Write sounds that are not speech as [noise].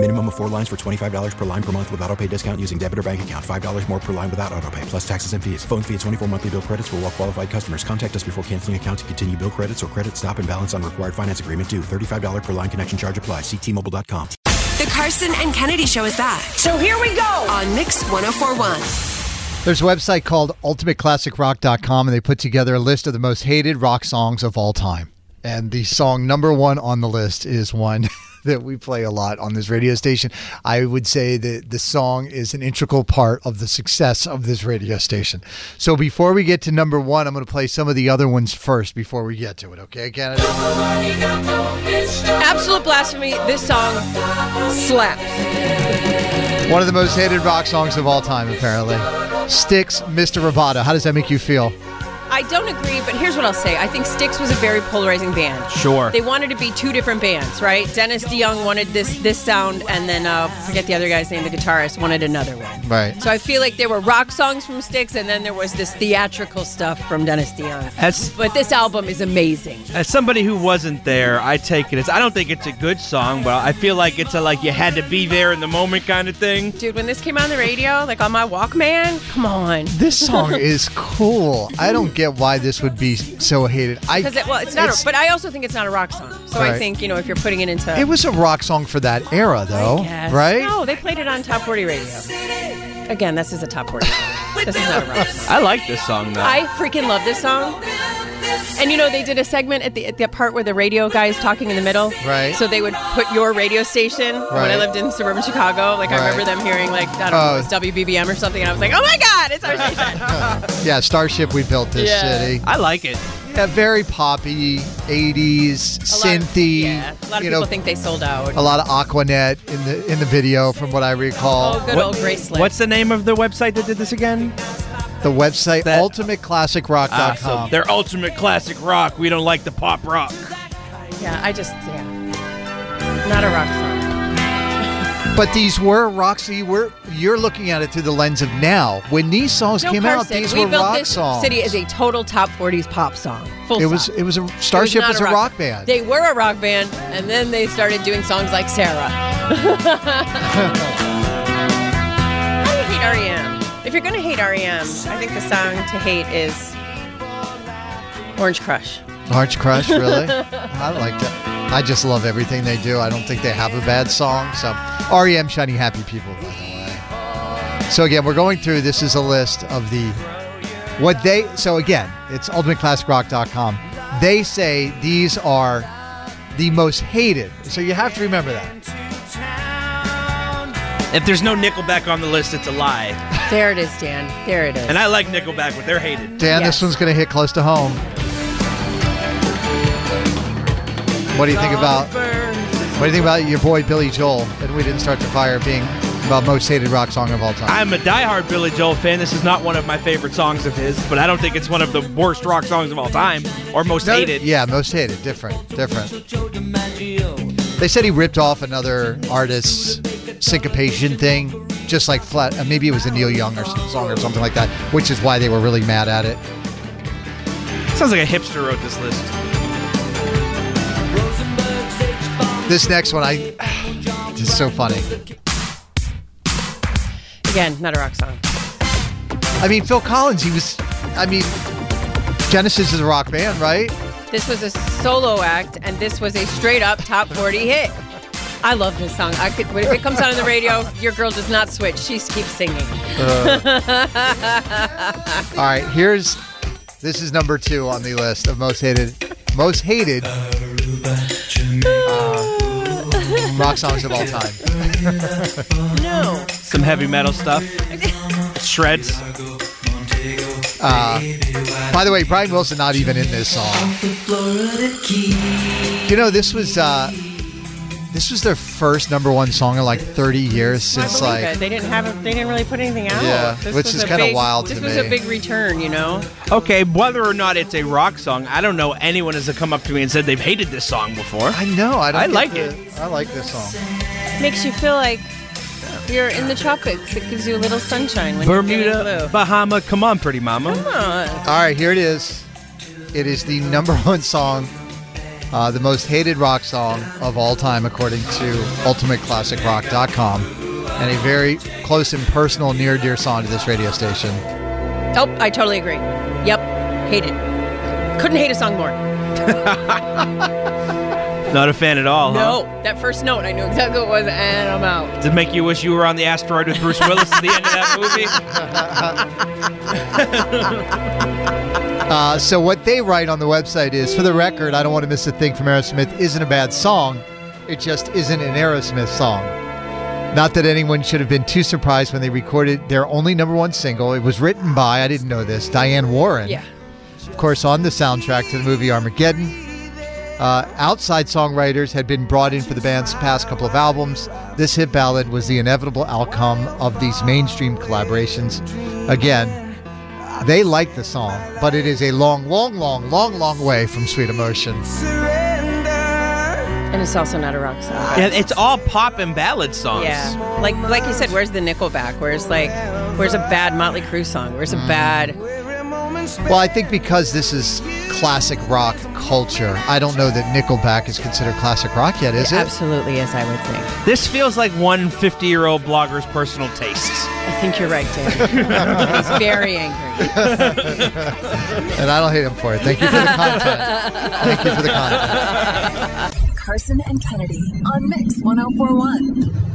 Minimum of four lines for $25 per line per month with auto pay discount using debit or bank account. $5 more per line without auto pay, plus taxes and fees. Phone fee at 24 monthly bill credits for all well qualified customers. Contact us before canceling account to continue bill credits or credit stop and balance on required finance agreement due. $35 per line connection charge apply. Ctmobile.com. The Carson and Kennedy Show is back. So here we go on Mix 1041. There's a website called ultimateclassicrock.com, and they put together a list of the most hated rock songs of all time. And the song number one on the list is one [laughs] that we play a lot on this radio station. I would say that the song is an integral part of the success of this radio station. So before we get to number one, I'm going to play some of the other ones first before we get to it. Okay, Canada? Absolute blasphemy. This song slaps. One of the most hated rock songs of all time, apparently. Sticks, Mr. Roboto. How does that make you feel? I don't agree, but here's what I'll say. I think Styx was a very polarizing band. Sure. They wanted to be two different bands, right? Dennis DeYoung wanted this this sound, and then uh, forget the other guy's name, the guitarist wanted another one. Right. So I feel like there were rock songs from Styx, and then there was this theatrical stuff from Dennis DeYoung. As- but this album is amazing. As somebody who wasn't there, I take it as I don't think it's a good song, but I feel like it's a like you had to be there in the moment kind of thing. Dude, when this came on the radio, like on my Walkman, come on. [laughs] This song is cool. I don't get why this would be so hated. I Because it, well, it's not, a, but I also think it's not a rock song. So Right. I think, you know, if you're putting it into. it was a rock song for that era, though, Yes. right? No, they played it on Top 40 Radio. Again, this is a Top 40. song. this is not a rock song. I like this song though. I freaking love this song. And you know they did a segment at the at the part where the radio guy is talking in the middle. Right. So they would put your radio station when Right. I lived in suburban Chicago. Like I remember Right. them hearing like I don't Oh. know it was WBBM or something, and I was like, oh my god, it's our station. Yeah, Starship, we built this Yeah. city. I like it. Yeah, very poppy, 80s, A lot of- synthy. yeah. A lot of you people know, think they sold out. a lot of Aquanet in the in the video, from what I recall. Oh, good What- old Graceland. What's the name of the website that did this again? Oh, The website That- Ah, ultimateclassicrock.com. so they're ultimate classic rock. We don't like the pop rock. yeah, I just yeah, not a rock song. But these were Roxy. We're you're looking at it through the lens of now. When these songs No, came out, Carson, these we were built rock this songs. city as a total top 40s pop song. Full it was stop. it was a Starship not was a rock, band. They were a rock band, and then they started doing songs like [laughs] Sarah. I hate REM. If you're gonna hate REM, I think the song to hate is Orange Crush. Orange Crush, really? [laughs] I like that. I just love everything they do. I don't think they have a bad song. So REM, Shiny Happy People, by the way. So again, we're going through. This is a list of the what they. So again, it's ultimateclassicrock.com. They say these are the most hated. So you have to remember that. If there's no Nickelback on the list, it's a lie. There it is, Dan. There it is. And I like Nickelback, but they're hated. Dan, Yes. this one's going to hit close to home. What do you think about what do you think about your boy Billy Joel and We Didn't Start the Fire being about most hated rock song of all time? I'm a diehard Billy Joel fan. This is not one of my favorite songs of his, but I don't think it's one of the worst rock songs of all time or most No, hated. Yeah, most hated. Different. Different. They said he ripped off another artist's syncopation thing, just like flat. uh, Maybe it was a Neil Young or some song or something like that, which is why they were really mad at it. Sounds like a hipster wrote this list. This next one, I. [sighs] It's so funny. Again, not a rock song. I mean, Phil Collins, he was. I mean, Genesis is a rock band, right? This was a solo act, and this was a straight up top 40 hit. I love this song. I could, if it comes on the radio, your girl does not switch. She keeps singing. All right, here's. This is number two on the list of most hated. Most hated. uh, rock songs of all time. No. Some heavy metal stuff. Shreds. By the way, Brian Wilson not even in this song. You know, this was uh, this was their first number one song in like 30 years I since believe like it. they didn't have a, they didn't really put anything out. Yeah, which was is a kinda big- wild This to was me. a big return, you know. Okay, whether or not it's a rock song, I don't know anyone has come up to me and said they've hated this song before. I know I don't I get like the- I like this song. Makes you feel like you're in the tropics. It gives you a little sunshine when you're feeling Bermuda, blue. Bahama, come on, pretty mama. Huh. All right, here it is. It is the number one song, uh, the most hated rock song of all time, according to UltimateClassicRock.com, and a very close and personal, near dear song to this radio station. Oh, I totally agree. Yep, hate it. Couldn't hate a song more. Not a fan at all, huh? No, that first note, I knew exactly what it was, and I'm out. Does it make you wish you were on the asteroid with Bruce Willis at the end of that [laughs] movie? Uh, so what they write on the website is, for the record, I don't want to miss a thing from Aerosmith. Isn't a bad song, it just isn't an Aerosmith song. Not that anyone should have been too surprised when they recorded their only number one single. It was written by, I didn't know this, Diane Warren. Yeah. Of course, on the soundtrack to the movie Armageddon. Uh, outside songwriters had been brought in for the band's past couple of albums. This hit ballad was the inevitable outcome of these mainstream collaborations. Again, they like the song, but it is a long, long, long, long, long way from Sweet Emotion. And it's also not a rock song. yeah, it's all pop and ballad songs. Yeah, like like you said, where's the Nickelback? Where's like, where's a bad Motley Crue song? Where's a Mm. bad? Well, I think because this is classic rock culture, I don't know that Nickelback is considered classic rock yet, is it? Absolutely, yes, I would think. This feels like one 50 year old blogger's personal tastes. I think you're right, Dan. [laughs] He's very angry. And I don't hate him for it. Thank you for the content. Thank you for the content. Carson and Kennedy on Mix 1041.